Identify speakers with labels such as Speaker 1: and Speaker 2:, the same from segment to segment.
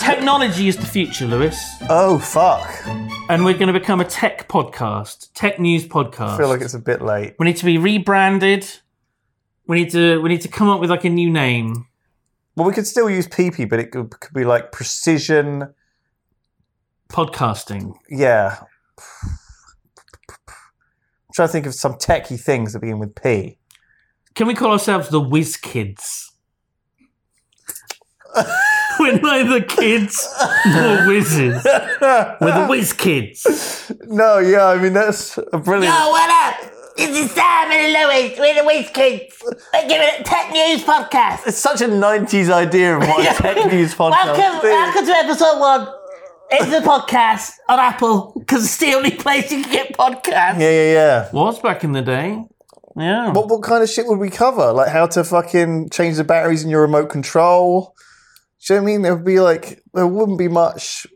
Speaker 1: Technology is the future, Lewis,
Speaker 2: Oh fuck!
Speaker 1: and we're going to become a tech podcast, tech news podcast.
Speaker 2: I feel like it's a bit late.
Speaker 1: we need to be rebranded. We need to we need to come up with like a new name.
Speaker 2: Well, we could still use PP, but it could, could be like precision.
Speaker 1: Podcasting.
Speaker 2: Yeah. I'm trying to think of some techy things that begin with P.
Speaker 1: Can we call ourselves the Whiz Kids? We're neither kids nor whizzes. We're the Whiz Kids.
Speaker 2: No, yeah, I mean that's a brilliant.
Speaker 3: Yo, what up? This is Sam and Louis. We're the Whiz Kids. We're giving it Tech News Podcast.
Speaker 2: It's such a '90s idea of what a tech news podcast
Speaker 3: Welcome,
Speaker 2: is.
Speaker 3: welcome to episode one. It's a podcast on Apple because it's the only place you can get podcasts.
Speaker 2: Yeah, yeah, yeah.
Speaker 1: Was back in the day. Yeah.
Speaker 2: What what kind of shit would we cover? Like how to fucking change the batteries in your remote control? Do you know what I mean? There would be like there wouldn't be much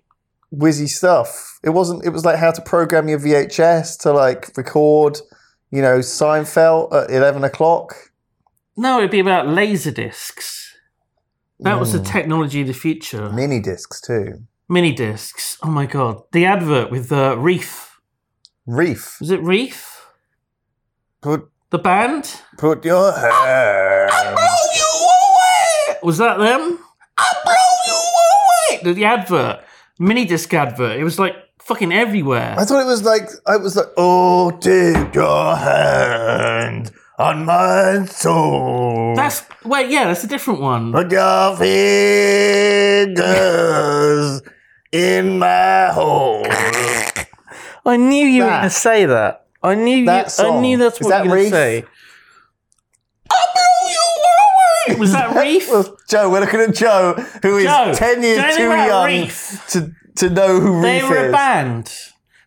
Speaker 2: whizzy stuff. It wasn't. It was like how to program your VHS to like record. You know, Seinfeld at eleven o'clock.
Speaker 1: No, it'd be about laser discs. That was the
Speaker 2: Hmm.
Speaker 1: technology of the future.
Speaker 2: Mini discs too.
Speaker 1: Mini discs. Oh my god. The advert with uh, Reef.
Speaker 2: Reef.
Speaker 1: Was it Reef?
Speaker 2: Put
Speaker 1: The band?
Speaker 2: put your hand.
Speaker 1: Was that them? I blow you away! The, the advert. Mini disc advert. It was like fucking everywhere.
Speaker 2: I thought it was like I was like, oh, take your hand on my soul.
Speaker 1: That's. Wait, yeah, that's a different one.
Speaker 2: Put your fingers in my hole.
Speaker 1: Oh, I knew you
Speaker 2: were That. gonna
Speaker 1: say that. I knew
Speaker 2: That song. Is that Reef?
Speaker 1: Was that Reef?
Speaker 2: Well, Joe, we're looking at Joe, who is
Speaker 1: Joe,
Speaker 2: ten
Speaker 1: do you
Speaker 2: years
Speaker 1: know
Speaker 2: too
Speaker 1: about
Speaker 2: young
Speaker 1: Reef?
Speaker 2: to to know who
Speaker 1: They
Speaker 2: Reef
Speaker 1: were
Speaker 2: is.
Speaker 1: a band.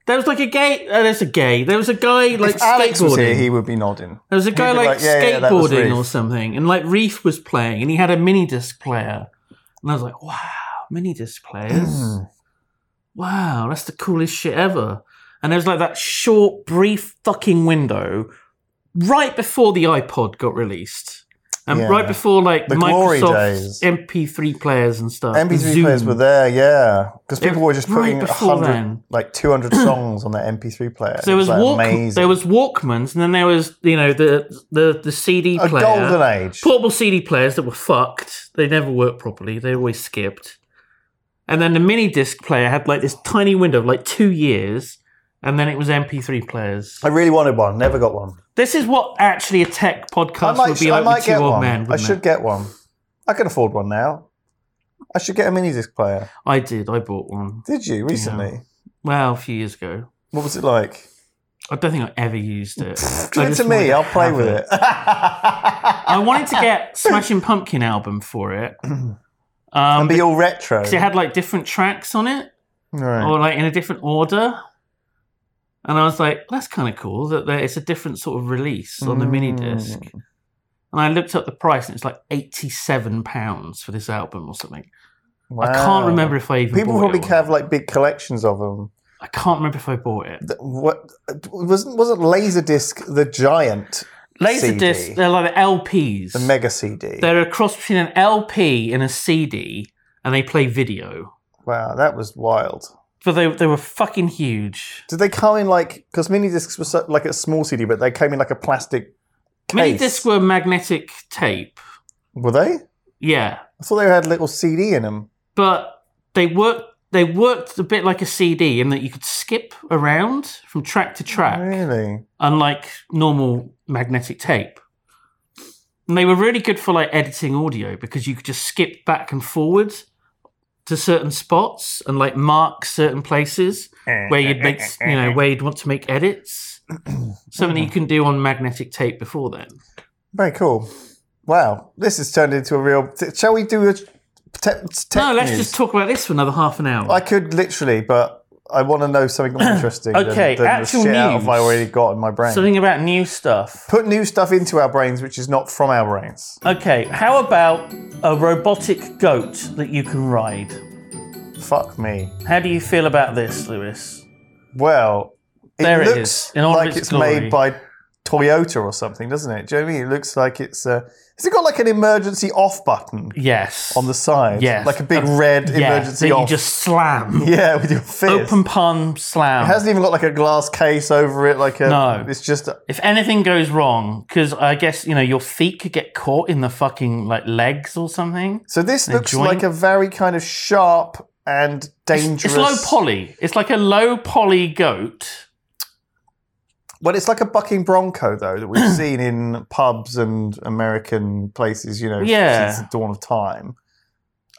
Speaker 1: There was like a gay. Oh, there's a gay. There was a guy like
Speaker 2: If Alex was here,
Speaker 1: skateboarding.
Speaker 2: he would be nodding.
Speaker 1: there was a guy
Speaker 2: be
Speaker 1: like,
Speaker 2: like, yeah, yeah, that was
Speaker 1: skateboarding
Speaker 2: Reef.
Speaker 1: or something, and like Reef was playing, and he had a mini disc player, and I was like, wow, mini disc players. wow, that's the coolest shit ever. And there was like that short, brief fucking window right before the iPod got released. And
Speaker 2: Yeah.
Speaker 1: right before like
Speaker 2: The glory
Speaker 1: Microsoft's
Speaker 2: days.
Speaker 1: MP3 players and stuff. and
Speaker 2: MP3
Speaker 1: Zoom.
Speaker 2: players were there, yeah, because
Speaker 1: It-
Speaker 2: people were just
Speaker 1: right
Speaker 2: putting a
Speaker 1: before
Speaker 2: hundred,
Speaker 1: then.
Speaker 2: like two hundred songs on their MP3 player.
Speaker 1: So there was
Speaker 2: like
Speaker 1: walk-
Speaker 2: amazing.
Speaker 1: there was Walkmans, and then there was you know the the the CD
Speaker 2: a
Speaker 1: player,
Speaker 2: golden age.
Speaker 1: portable CD players that were fucked. They never worked properly. They always skipped. And then the mini disc player had like this tiny window of like two years, and then it was MP3 players.
Speaker 2: I really wanted one, never got one.
Speaker 1: This is what actually a tech
Speaker 2: I
Speaker 1: podcast
Speaker 2: might,
Speaker 1: would be
Speaker 2: I
Speaker 1: like
Speaker 2: might
Speaker 1: with two
Speaker 2: get
Speaker 1: old
Speaker 2: one.
Speaker 1: men.
Speaker 2: I
Speaker 1: wouldn't
Speaker 2: should
Speaker 1: it?
Speaker 2: get one. I can afford one now. I should get a mini disc player.
Speaker 1: I did. I bought one.
Speaker 2: Did you recently?
Speaker 1: Well, a few years ago.
Speaker 2: What was it like?
Speaker 1: I don't think I ever used it. I
Speaker 2: Give it
Speaker 1: just wanted
Speaker 2: to me. I'll play
Speaker 1: have
Speaker 2: with it.
Speaker 1: I wanted to get Smashing Pumpkin album for it. Um,
Speaker 2: and be all retro.
Speaker 1: because it had like different tracks on it
Speaker 2: Right.
Speaker 1: or like in a different order and i was like that's kind of cool that there, it's a different sort of release on the mini disc
Speaker 2: Mm.
Speaker 1: and i looked up the price and it's like 87 pounds for this album or something i can't
Speaker 2: Wow.
Speaker 1: remember if i even
Speaker 2: People
Speaker 1: bought
Speaker 2: probably
Speaker 1: it or
Speaker 2: have
Speaker 1: not.
Speaker 2: like big collections of them.
Speaker 1: i can't remember if i bought it
Speaker 2: Th- What wasn't wasn't Laserdisc the giant
Speaker 1: laser
Speaker 2: CD?
Speaker 1: disc they're like the lps
Speaker 2: the mega CD?
Speaker 1: they're a cross between an lp and a cd and they play video
Speaker 2: Wow, that was wild.
Speaker 1: but they, they were fucking huge
Speaker 2: Did they come in like because mini discs were so, like a small CD, but they came in like a plastic case?
Speaker 1: mini discs were magnetic tape
Speaker 2: were they?
Speaker 1: yeah
Speaker 2: I thought they had a little CD in them.
Speaker 1: but they worked they worked a bit like a CD in that you could skip around from track to track,
Speaker 2: Oh, Really?
Speaker 1: unlike normal magnetic tape. And they were really good for like editing audio because you could just skip back and forward to certain spots and like mark certain places where you'd make you know where you'd want to make edits. Something you can do on magnetic tape before then.
Speaker 2: Very cool. Wow, this has turned into a real. t- Shall we do a t- te- tech
Speaker 1: No, let's
Speaker 2: news?
Speaker 1: just talk about this for another half an hour.
Speaker 2: I could literally, but I want to know something more interesting.
Speaker 1: Okay,
Speaker 2: than, than
Speaker 1: actual
Speaker 2: the shit out of
Speaker 1: news.
Speaker 2: I already got in my brain.
Speaker 1: Something about new stuff.
Speaker 2: Put new stuff into our brains, which is not from our brains.
Speaker 1: Okay, how about a robotic goat that you can ride?
Speaker 2: Fuck me.
Speaker 1: How do you feel about this, Lewis?
Speaker 2: Well, it
Speaker 1: There it
Speaker 2: looks
Speaker 1: is, in all of
Speaker 2: like
Speaker 1: its
Speaker 2: it's
Speaker 1: glory.
Speaker 2: made by Toyota or something, doesn't it? Do you know what I mean? It looks like it's. Uh, has it got like an emergency off button
Speaker 1: Yes.
Speaker 2: on the side?
Speaker 1: Yes.
Speaker 2: Like a big red
Speaker 1: yeah,
Speaker 2: emergency
Speaker 1: that
Speaker 2: off.
Speaker 1: you just slam.
Speaker 2: yeah, with your fist.
Speaker 1: Open palm slam.
Speaker 2: It hasn't even got like a glass case over it. Like a,
Speaker 1: No.
Speaker 2: it's just
Speaker 1: if anything goes wrong, because I guess you know your feet could get caught in the fucking like legs or something.
Speaker 2: so. This
Speaker 1: A
Speaker 2: looks
Speaker 1: joint?
Speaker 2: like a very kind of sharp and
Speaker 1: It's
Speaker 2: dangerous.
Speaker 1: low poly. It's like a low poly goat.
Speaker 2: Well, it's like a bucking bronco though that we've seen in pubs and American places. You know,
Speaker 1: Yeah.
Speaker 2: since the dawn of time.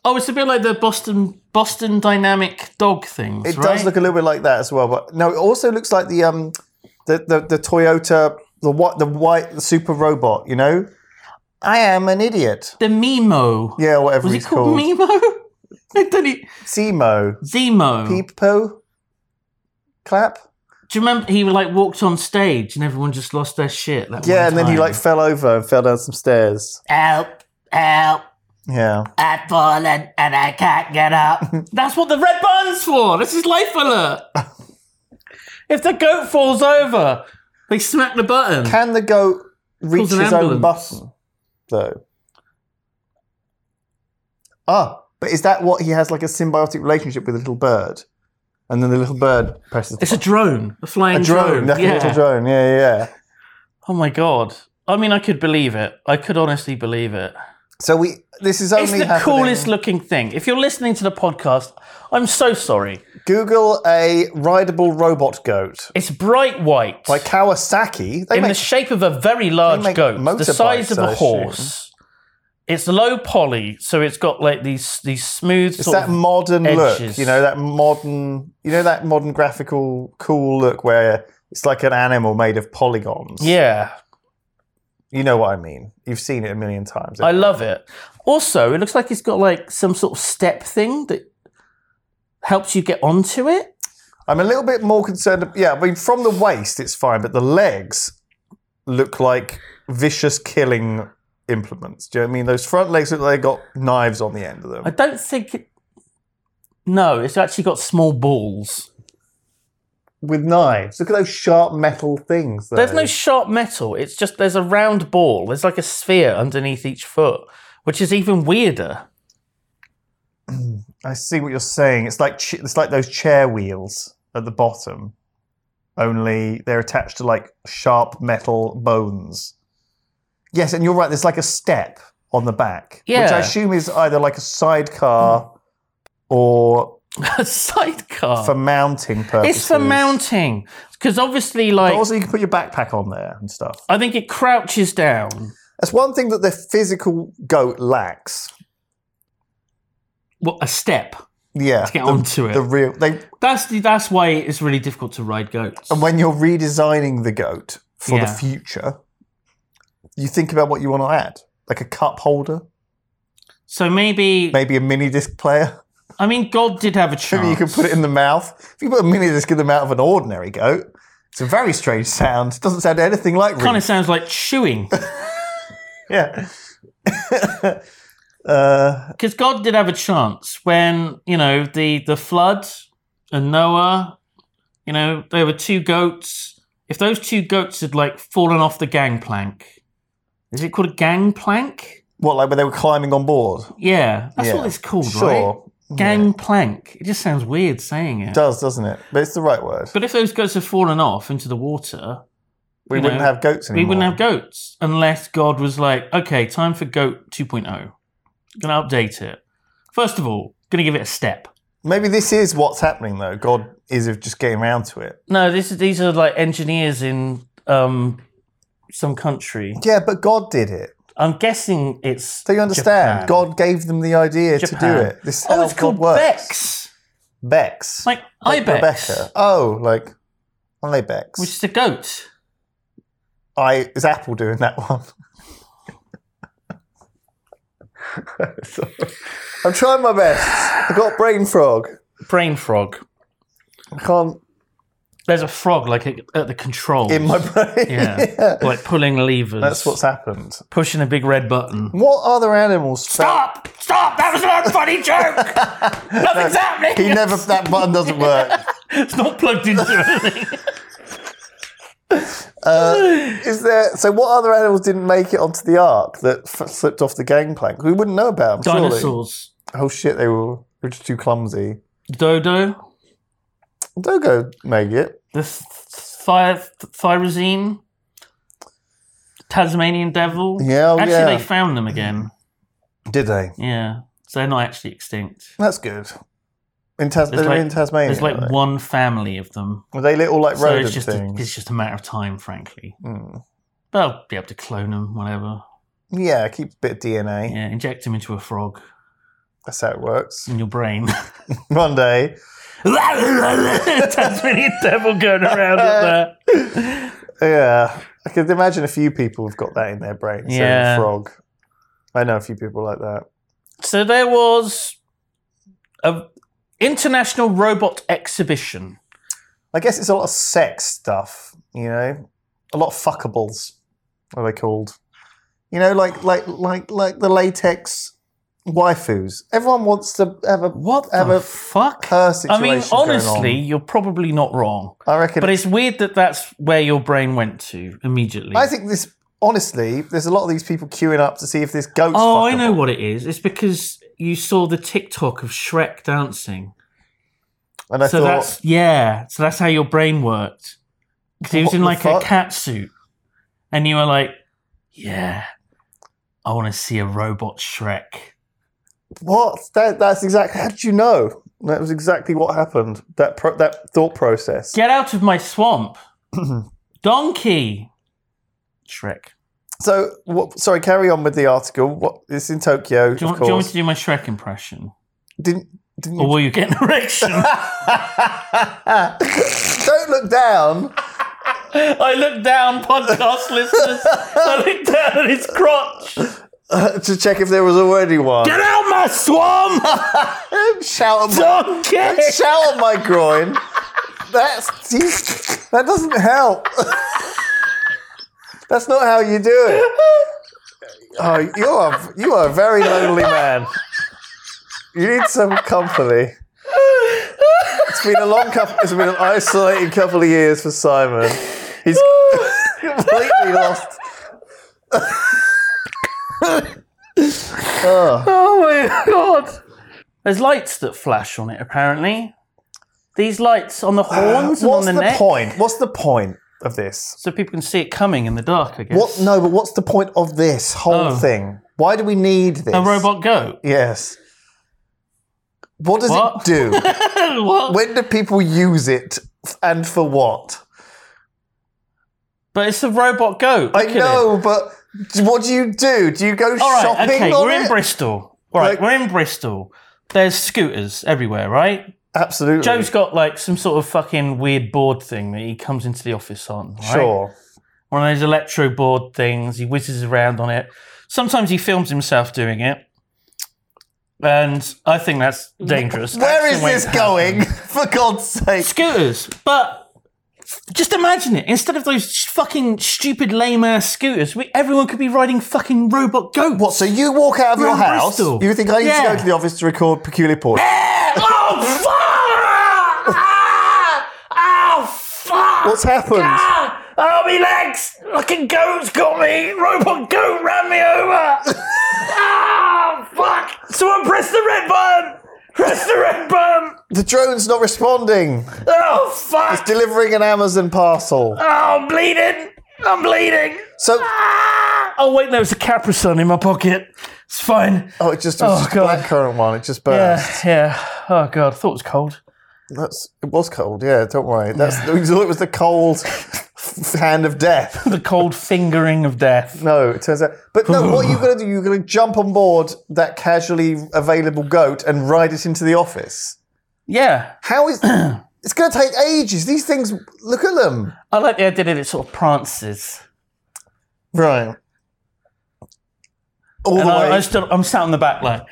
Speaker 1: Oh, it's a bit like the Boston Boston Dynamic dog things.
Speaker 2: It
Speaker 1: right?
Speaker 2: does look a little bit like that as well, but no, it also looks like the um the the, the Toyota the what the white the super robot. You know, I am an idiot.
Speaker 1: the Mimo.
Speaker 2: Yeah, whatever
Speaker 1: Was it
Speaker 2: he's
Speaker 1: called,
Speaker 2: called,
Speaker 1: Mimo? I don't e-
Speaker 2: Zemo,
Speaker 1: Zemo.
Speaker 2: Peepo, Clap.
Speaker 1: Do you remember he like walked on stage and everyone just lost their shit? That
Speaker 2: Yeah,
Speaker 1: one
Speaker 2: and then he
Speaker 1: time?
Speaker 2: like fell over and fell down some stairs.
Speaker 3: Help, help,
Speaker 2: Yeah.
Speaker 3: I've fallen and I can't get up.
Speaker 1: that's what the red button's for. This is life alert. if the goat falls over, they smack the button.
Speaker 2: Can the goat reach
Speaker 1: Calls an
Speaker 2: his own
Speaker 1: ambulance.
Speaker 2: button, though? Ah, but is that what he has like a symbiotic relationship with a little bird? And then the little bird presses the
Speaker 1: it's a
Speaker 2: button.
Speaker 1: drone, a flying
Speaker 2: a drone, like a
Speaker 1: yeah.
Speaker 2: little drone. Yeah, yeah, yeah.
Speaker 1: Oh my god. I mean, I could believe it. I could honestly believe it.
Speaker 2: So we this is only
Speaker 1: it's the
Speaker 2: happening-
Speaker 1: coolest looking thing. If you're listening to the podcast, I'm so sorry.
Speaker 2: Google a rideable robot goat
Speaker 1: It's bright white.
Speaker 2: by Kawasaki. They
Speaker 1: in the
Speaker 2: make
Speaker 1: shape of a very
Speaker 2: they
Speaker 1: large
Speaker 2: make
Speaker 1: goat, the size
Speaker 2: motorbikes,
Speaker 1: of
Speaker 2: I
Speaker 1: a
Speaker 2: assume.
Speaker 1: horse. It's low poly, so it's got like these these smooth.
Speaker 2: it's
Speaker 1: sort
Speaker 2: that
Speaker 1: of-
Speaker 2: modern look,
Speaker 1: edges.
Speaker 2: you know, that modern, you know, that modern graphical cool look where it's like an animal made of polygons.
Speaker 1: yeah,
Speaker 2: You know what I mean. You've seen it a million times.
Speaker 1: I love it. Also, it looks like it's got like some sort of step thing that helps you get onto it.
Speaker 2: I'm a little bit more concerned. Yeah, I mean, from the waist, it's fine, but the legs look like vicious killing implements. Do you know what I mean? Those front legs look like they got knives on the end of them.
Speaker 1: I don't think. It, no, it's actually got small balls.
Speaker 2: With knives. Look at those sharp metal things. Though.
Speaker 1: There's no sharp metal. It's just there's a round ball. There's like a sphere underneath each foot, which is even weirder.
Speaker 2: I see what you're saying. It's like ch- it's like those chair wheels at the bottom, only they're attached to like sharp metal bones. Yes, and you're right. There's like a step on the back, which
Speaker 1: Yeah.
Speaker 2: I assume is either like a sidecar or
Speaker 1: a sidecar.
Speaker 2: for mounting purposes.
Speaker 1: It's for mounting because obviously,
Speaker 2: But
Speaker 1: like
Speaker 2: also, you can put your backpack on there and stuff.
Speaker 1: I think it crouches down.
Speaker 2: That's one thing that the physical goat lacks.
Speaker 1: What a step!
Speaker 2: Yeah,
Speaker 1: get
Speaker 2: the-
Speaker 1: onto it.
Speaker 2: The real they
Speaker 1: That's the, that's why it's really difficult to ride goats.
Speaker 2: And when you're redesigning the goat for the
Speaker 1: Yeah.
Speaker 2: future, you think about what you want to add, like a cup holder,
Speaker 1: So maybe,
Speaker 2: maybe a mini disc player.
Speaker 1: I mean, God did have a chance.
Speaker 2: Maybe you can put it in the mouth. If you put a mini disc in the mouth of an ordinary goat, it's a very strange sound. It doesn't sound anything like real.
Speaker 1: Kind of sounds like chewing
Speaker 2: yeah. uh,
Speaker 1: because God did have a chance when you know the the flood and Noah. You know there were two goats. If those two goats had like fallen off the gangplank, is it called a gangplank?
Speaker 2: what, like when they were climbing on board?
Speaker 1: Yeah, that's
Speaker 2: Yeah.
Speaker 1: what it's called, right?
Speaker 2: Sure.
Speaker 1: Gangplank. It just sounds weird saying it.
Speaker 2: It does, doesn't it? But it's the right word.
Speaker 1: But if those goats had fallen off into the water,
Speaker 2: we
Speaker 1: you
Speaker 2: wouldn't
Speaker 1: know,
Speaker 2: have goats anymore.
Speaker 1: we wouldn't have goats unless God was like, okay, time for goat 2.0. oh. Gonna update it. First of all, gonna give it a step.
Speaker 2: Maybe this is what's happening though. God is just getting around to it.
Speaker 1: No, this is, these are like engineers in um, some country.
Speaker 2: Yeah, but God did it.
Speaker 1: I'm guessing it's.
Speaker 2: Don't you
Speaker 1: Japan.
Speaker 2: understand? God gave them the idea to
Speaker 1: Japan.
Speaker 2: do it. This is
Speaker 1: Oh,
Speaker 2: how
Speaker 1: it's
Speaker 2: God
Speaker 1: called
Speaker 2: works.
Speaker 1: Bex.
Speaker 2: Bex.
Speaker 1: Like Ibex,
Speaker 2: Rebecca. Oh, like Ibex.
Speaker 1: which is a goat.
Speaker 2: I is Apple doing that one? Sorry. I'm trying my best. I got brain frog.
Speaker 1: Brain frog.
Speaker 2: I can't
Speaker 1: There's a frog like at at the controls.
Speaker 2: in my brain.
Speaker 1: yeah. like pulling levers.
Speaker 2: That's what's happened.
Speaker 1: pushing a big red button.
Speaker 2: What other animals?
Speaker 1: Stop! Stop! That was an unfunny joke. Nothing's happening.
Speaker 2: He never. That button doesn't work.
Speaker 1: It's not plugged into anything.
Speaker 2: Uh, Is there? So, what other animals didn't make it onto the ark that f- slipped off the gangplank? We wouldn't know about them. surely.
Speaker 1: Dinosaurs.
Speaker 2: Oh shit! They were, they were just too clumsy.
Speaker 1: Dodo.
Speaker 2: Dogo made it.
Speaker 1: The th- thy- Thyrazine. Tasmanian devil.
Speaker 2: Yeah, oh,
Speaker 1: actually,
Speaker 2: yeah.
Speaker 1: they found them again.
Speaker 2: Did they?
Speaker 1: Yeah, so they're not actually extinct.
Speaker 2: That's good. In Tas-
Speaker 1: There's
Speaker 2: they're
Speaker 1: like-
Speaker 2: in Tasmania.
Speaker 1: There's like
Speaker 2: are they?
Speaker 1: one family of them.
Speaker 2: Were they little like
Speaker 1: So
Speaker 2: rodent
Speaker 1: it's just a,
Speaker 2: things?
Speaker 1: it's just a matter of time, frankly.
Speaker 2: Mm.
Speaker 1: But I'll be able to clone them, whatever.
Speaker 2: Yeah, keep a bit of DNA.
Speaker 1: Yeah, inject them into a frog
Speaker 2: That's how it works.
Speaker 1: in your brain. Hmm.
Speaker 2: One day,
Speaker 1: Tasmanian devil going around up there.
Speaker 2: yeah, I could imagine a few people have got that in their brain. instead of a
Speaker 1: Yeah.
Speaker 2: frog. I know a few people like that.
Speaker 1: So there was a international robot exhibition.
Speaker 2: I guess it's a lot of sex stuff, you know, a lot of fuckables. Are they called? You know, like like like like the latex waifus. Everyone wants to have a
Speaker 1: What
Speaker 2: have
Speaker 1: the
Speaker 2: a
Speaker 1: fuck?
Speaker 2: her
Speaker 1: I
Speaker 2: situation.
Speaker 1: mean,
Speaker 2: going on.
Speaker 1: honestly, you're probably not wrong.
Speaker 2: I reckon.
Speaker 1: But it's weird that that's where your brain went to immediately.
Speaker 2: I think this. Honestly, there's a lot of these people queuing up to see if this goat's.
Speaker 1: oh, I
Speaker 2: fuckable.
Speaker 1: know what it is. It's because you saw the TikTok of Shrek dancing.
Speaker 2: And I
Speaker 1: so
Speaker 2: thought,
Speaker 1: that's yeah. So that's how your brain worked. 'Cause he was
Speaker 2: What
Speaker 1: in
Speaker 2: the
Speaker 1: like
Speaker 2: fuck?
Speaker 1: a cat suit, and you were like, "Yeah, I want to see a robot Shrek."
Speaker 2: what? That, that's exactly. How did you know? That was exactly what happened. That pro- that thought process.
Speaker 1: Get out of my swamp, donkey. Shrek.
Speaker 2: So, what, sorry, carry on with the article. What? It's in Tokyo,
Speaker 1: Do you,
Speaker 2: of
Speaker 1: want, do you want me
Speaker 2: course.
Speaker 1: to do my Shrek impression,
Speaker 2: Didn't didn't.
Speaker 1: or will you get an erection?
Speaker 2: Don't look down.
Speaker 1: I look down, podcast listeners. I look down at his crotch.
Speaker 2: Uh, to check if there was already one.
Speaker 1: Get out my swamp,
Speaker 2: Shout at my,
Speaker 1: donkey!
Speaker 2: shout at my groin. That's geez, that doesn't help. That's not how you do it. Oh, you are you are a very lonely man. You need some company. It's been a long couple. It's been an isolating couple of years for Simon. He's completely lost.
Speaker 1: Oh my god! There's lights that flash on it, apparently. These lights on the horns and on
Speaker 2: Uh, What's
Speaker 1: the,
Speaker 2: the,
Speaker 1: neck.
Speaker 2: point? What's the point of this?
Speaker 1: So people can see it coming in the dark, I guess.
Speaker 2: What? No, but what's the point of this whole
Speaker 1: Oh.
Speaker 2: thing? Why do we need this?
Speaker 1: A robot goat.
Speaker 2: Yes. What does
Speaker 1: What?
Speaker 2: it do?
Speaker 1: what?
Speaker 2: when do people use it, f- and for what?
Speaker 1: But it's a robot goat.
Speaker 2: I
Speaker 1: Look at it.
Speaker 2: know, but d- what do you do? Do you go
Speaker 1: All right,
Speaker 2: shopping
Speaker 1: okay,
Speaker 2: on
Speaker 1: we're in
Speaker 2: it?
Speaker 1: Bristol. All right,
Speaker 2: Like-
Speaker 1: we're in Bristol. There's scooters everywhere, right?
Speaker 2: Absolutely.
Speaker 1: Joe's got like some sort of fucking weird board thing that he comes into the office on. Right?
Speaker 2: sure.
Speaker 1: one of those electro board things. He whizzes around on it. Sometimes he films himself doing it, and I think that's dangerous.
Speaker 2: Where is
Speaker 1: Accident
Speaker 2: this
Speaker 1: won't happen.
Speaker 2: going? For God's sake!
Speaker 1: Scooters, but just imagine it. Instead of those fucking stupid lame ass scooters, we, everyone could be riding fucking robot goats.
Speaker 2: What? So you walk out of
Speaker 1: We're
Speaker 2: your
Speaker 1: in
Speaker 2: house?
Speaker 1: Bristol.
Speaker 2: You think I need to
Speaker 1: Yeah.
Speaker 2: go to the office to record peculiar porn?
Speaker 1: oh fuck! Ah! Oh fuck!
Speaker 2: What's happened?
Speaker 1: Ah! Oh my legs! Fucking goat's got me! Robot goat ran me over! ah! Fuck! Someone press the red button! Press the red button!
Speaker 2: The drone's not responding.
Speaker 1: Oh fuck!
Speaker 2: Delivering an Amazon parcel.
Speaker 1: Oh, I'm bleeding! I'm bleeding.
Speaker 2: So,
Speaker 1: Ah! Oh wait, no, it's a Capri Sun in my pocket. It's fine.
Speaker 2: oh, it just it was
Speaker 1: Oh,
Speaker 2: just a
Speaker 1: God.
Speaker 2: black current one. It just burst.
Speaker 1: Yeah, yeah. Oh god, I thought it was cold.
Speaker 2: That's it was cold. Yeah, don't worry. That's it was the cold hand of death.
Speaker 1: The cold fingering of death.
Speaker 2: No, it turns out. But no, what are you going to do? You're going to jump on board that casually available goat and ride it into the office.
Speaker 1: Yeah,
Speaker 2: How is? it's going to take ages. These things. Look at them.
Speaker 1: I like the idea that it sort of prances.
Speaker 2: Right. All
Speaker 1: And
Speaker 2: the
Speaker 1: I,
Speaker 2: way.
Speaker 1: I still, I'm sat on the back like,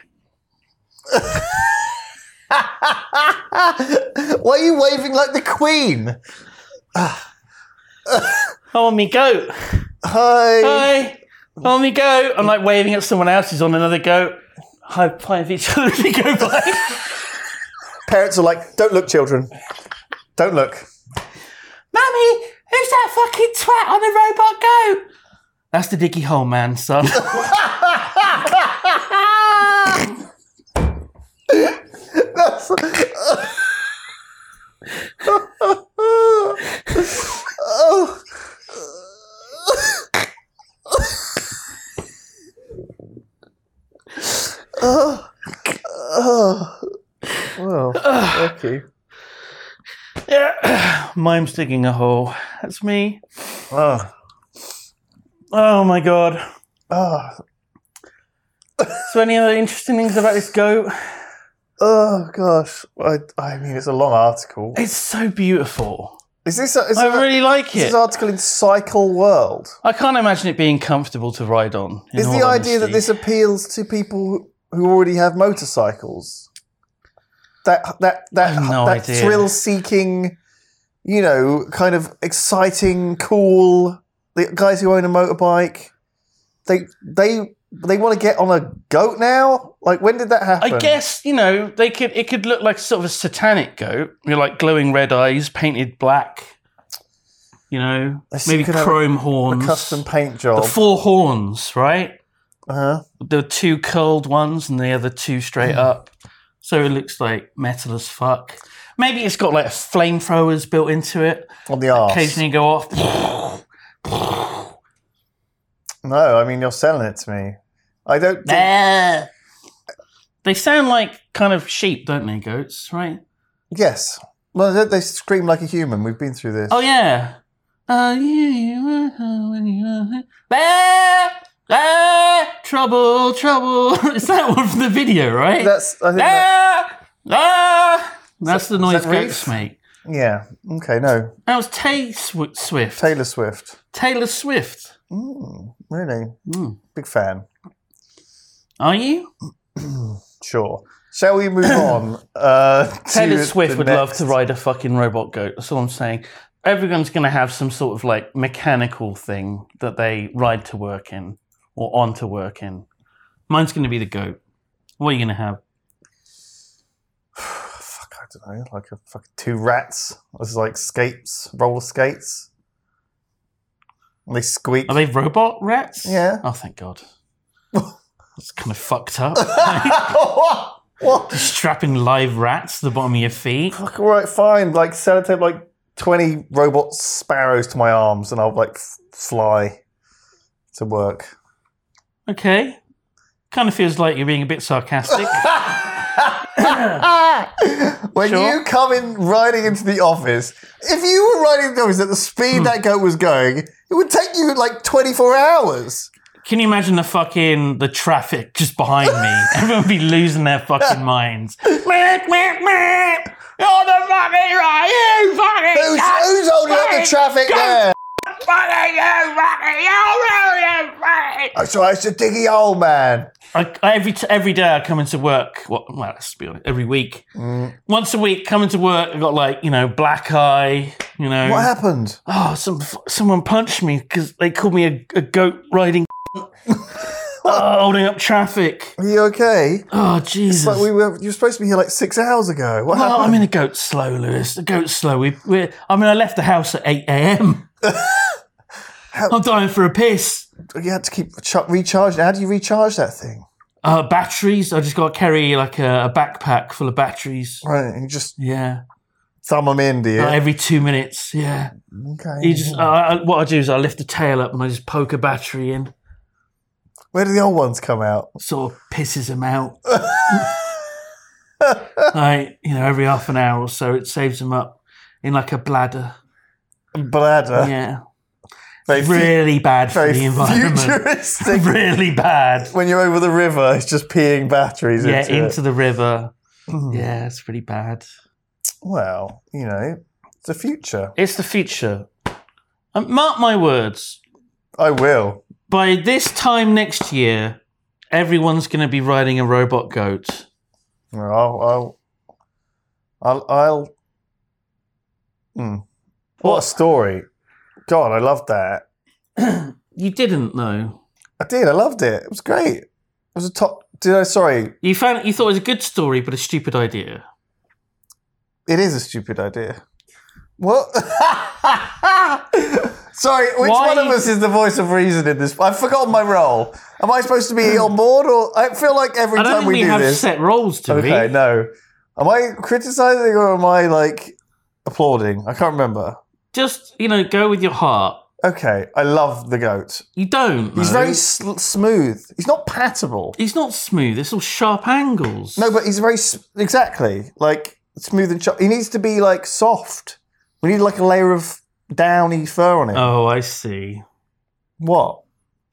Speaker 2: Why are you waving like the queen?
Speaker 1: oh me goat,
Speaker 2: Hi.
Speaker 1: hi, oh me goat. I'm like waving at someone else who's on another goat. High five each other as we go by.
Speaker 2: Parents are like, don't look, children. Don't look.
Speaker 1: Mummy, who's that fucking twat on the robot goat? That's the Dicky Hole man, son.
Speaker 2: Oh. oh. Well, okay.
Speaker 1: yeah. Mime's digging a hole. That's me.
Speaker 2: Oh.
Speaker 1: Oh my god.
Speaker 2: Oh.
Speaker 1: So any other interesting things about this goat?
Speaker 2: Oh gosh. I, I mean, it's a long article.
Speaker 1: It's so beautiful.
Speaker 2: Is this? A, is
Speaker 1: I
Speaker 2: it a-
Speaker 1: really like
Speaker 2: This
Speaker 1: it.
Speaker 2: is an article in Cycle World.
Speaker 1: I can't imagine it being comfortable to ride on. in
Speaker 2: Is
Speaker 1: all
Speaker 2: the idea that
Speaker 1: honesty.
Speaker 2: this appeals to people who already have motorcycles? That that that
Speaker 1: have no
Speaker 2: that
Speaker 1: idea.
Speaker 2: thrill-seeking, you know, kind of exciting, cool. The guys who own a motorbike, they they they want to get on a goat now. Like when did that happen?
Speaker 1: I guess you know they could. It could look like sort of a satanic goat. You're like glowing red eyes, painted black. You know,
Speaker 2: Yes,
Speaker 1: maybe
Speaker 2: you could have
Speaker 1: chrome
Speaker 2: a
Speaker 1: horns,
Speaker 2: custom paint
Speaker 1: the
Speaker 2: job.
Speaker 1: four horns, right?
Speaker 2: uh-huh.
Speaker 1: The two curled ones and the other two
Speaker 2: Hmm.
Speaker 1: straight up. So it looks like metal as fuck. Maybe it's got like flamethrowers built into it.
Speaker 2: On the arse.
Speaker 1: Occasionally go off.
Speaker 2: No, I mean you're selling it to me. I don't. Think,
Speaker 1: Ah. They sound like kind of sheep, don't they? Goats, right?
Speaker 2: yes. Well, they, they scream like a human. We've been through this.
Speaker 1: Oh yeah. Uh, you, you, uh, when you, uh, ah, ah, trouble, trouble. It's that one from the video, right?
Speaker 2: That's. I think that-
Speaker 1: ah, ah. That's the noise
Speaker 2: that
Speaker 1: goats
Speaker 2: Reef?
Speaker 1: make.
Speaker 2: Yeah. Okay. No.
Speaker 1: That was Tay Swi- Swift.
Speaker 2: Taylor Swift.
Speaker 1: Taylor Swift.
Speaker 2: Mm, really.
Speaker 1: Mm.
Speaker 2: Big fan.
Speaker 1: Are you?
Speaker 2: Sure. Shall we move on? Uh, to
Speaker 1: Taylor
Speaker 2: the
Speaker 1: Swift would love to
Speaker 2: next-
Speaker 1: ride a fucking robot goat. That's all I'm saying. Everyone's going to have some sort of like mechanical thing that they ride to work in or on to work in. Mine's going to be the goat. What are you going to have?
Speaker 2: Fuck, I don't know. Like a fucking two rats. This is like skates, roller skates. And they squeak.
Speaker 1: Are they robot rats?
Speaker 2: Yeah.
Speaker 1: Oh, thank God. It's kind of fucked up.
Speaker 2: what?
Speaker 1: Strapping live rats to the bottom of your feet.
Speaker 2: Fuck. All right. Fine. Like sellotape like twenty robot sparrows to my arms, and I'll like f- fly to work.
Speaker 1: Okay. Kind of feels like you're being a bit sarcastic.
Speaker 2: When
Speaker 1: Sure.
Speaker 2: you come in riding into the office, if you were riding into the office at the speed
Speaker 1: Hmm.
Speaker 2: that goat was going, it would take you like 24 hours.
Speaker 1: Can you imagine the fucking the traffic just behind me? Everyone would be losing their fucking minds. You're the fucking right, you fucking
Speaker 2: Who's, who's holding up the traffic there?
Speaker 1: fucking you fucking you fucking.
Speaker 2: Oh, sorry, it's a diggy old man.
Speaker 1: I, I- every t- every day I come into work. Well, well, let's be honest. Every week,
Speaker 2: Mm.
Speaker 1: once a week, coming to work, I got like you know black eye. You know,
Speaker 2: What happened?
Speaker 1: oh, some f- someone punched me because they called me a, a goat riding, oh, holding up traffic.
Speaker 2: Are you okay?
Speaker 1: Oh Jesus! Oh,
Speaker 2: Like we were, you were supposed to be here like six hours ago. What
Speaker 1: well, I
Speaker 2: happened?
Speaker 1: mean, the goat's slow, Lewis. The goat's slow. We, we're, I mean, I left the house at eight a.m. I'm dying for a piss.
Speaker 2: you had to keep ch- recharging. How do you recharge that thing?
Speaker 1: Uh, batteries. I just got to carry like a, a backpack full of batteries.
Speaker 2: Right, you just
Speaker 1: Yeah.
Speaker 2: thumb them in, do you?
Speaker 1: Uh, every two minutes, yeah.
Speaker 2: okay.
Speaker 1: You just uh, I- what I do is I lift the tail up and I just poke a battery in,
Speaker 2: Where do the old ones come out?
Speaker 1: sort of pisses them out. like you know, every half an hour or so, it saves them up in like a bladder.
Speaker 2: Bladder.
Speaker 1: yeah,
Speaker 2: Uh, Very, fu-
Speaker 1: really bad for
Speaker 2: very
Speaker 1: the environment.
Speaker 2: futuristic.
Speaker 1: really bad.
Speaker 2: when you're over the river, it's just peeing batteries
Speaker 1: Yeah,
Speaker 2: into, it. uh, Hmm.
Speaker 1: into the river. Yeah, it's pretty bad.
Speaker 2: Well, you know, it's the future.
Speaker 1: It's the future. And mark my words.
Speaker 2: I will.
Speaker 1: By this time next year, everyone's going to be riding a robot goat.
Speaker 2: I'll. I'll. I'll. I'll Hmm. What a story! God, I loved that.
Speaker 1: You didn't though.
Speaker 2: I did. I loved it. It was great. It was a top. Did I? Sorry,
Speaker 1: You found you thought it was a good story, but a stupid idea.
Speaker 2: It is a stupid idea. What? Sorry, which
Speaker 1: Why-
Speaker 2: one of us is the voice of reason in this? I've forgotten my role. Am I supposed to be on board, or I feel like every
Speaker 1: Hmm. I don't
Speaker 2: time
Speaker 1: think
Speaker 2: we
Speaker 1: we,
Speaker 2: do
Speaker 1: have
Speaker 2: this?
Speaker 1: set roles to
Speaker 2: okay,
Speaker 1: be.
Speaker 2: no. Am I criticizing or am I like applauding? I can't remember.
Speaker 1: Just you know, go with your heart.
Speaker 2: Okay, I love the goat.
Speaker 1: You don't.
Speaker 2: He's
Speaker 1: though.
Speaker 2: very sl- smooth. He's not patable.
Speaker 1: He's not smooth. It's all sharp angles.
Speaker 2: No, but he's very s- exactly like smooth and sharp. He needs to be like soft. We need like a layer of downy fur on it.
Speaker 1: Oh, I see.
Speaker 2: What?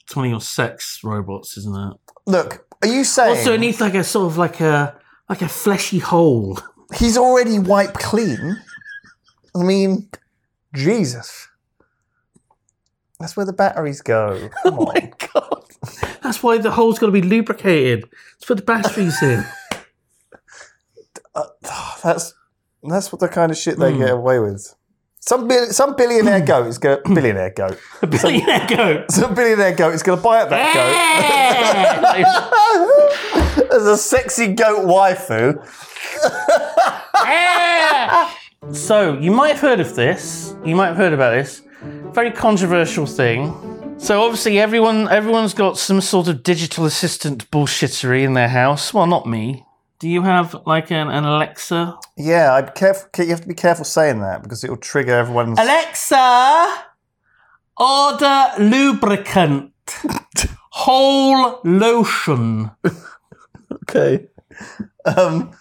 Speaker 1: It's one of your sex robots, isn't it?
Speaker 2: Look, are you saying
Speaker 1: Also, it needs like a sort of like a like a fleshy hole.
Speaker 2: he's already wiped clean? I mean, Jesus. That's where the batteries go. Come on.
Speaker 1: Oh God, that's why the hole's got to be lubricated. Let's put the batteries in.
Speaker 2: Uh, That's that's what the kind of shit
Speaker 1: Hmm.
Speaker 2: they get away with. Some bil- some billionaire goat is going
Speaker 1: Hmm.
Speaker 2: billionaire goat.
Speaker 1: A billionaire goat.
Speaker 2: Some billionaire goat is going to buy up that goat
Speaker 1: Yeah.
Speaker 2: as a sexy goat waifu.
Speaker 1: so you might have heard of this. You might have heard about this. Very controversial thing. So obviously everyone everyone's got some sort of digital assistant bullshittery in their house. Well, not me. Do you have like an, an Alexa?
Speaker 2: Yeah, I'd caref- you have to be careful saying that because it will trigger everyone's.
Speaker 1: Alexa, order lubricant. Whole lotion.
Speaker 2: Okay. Um,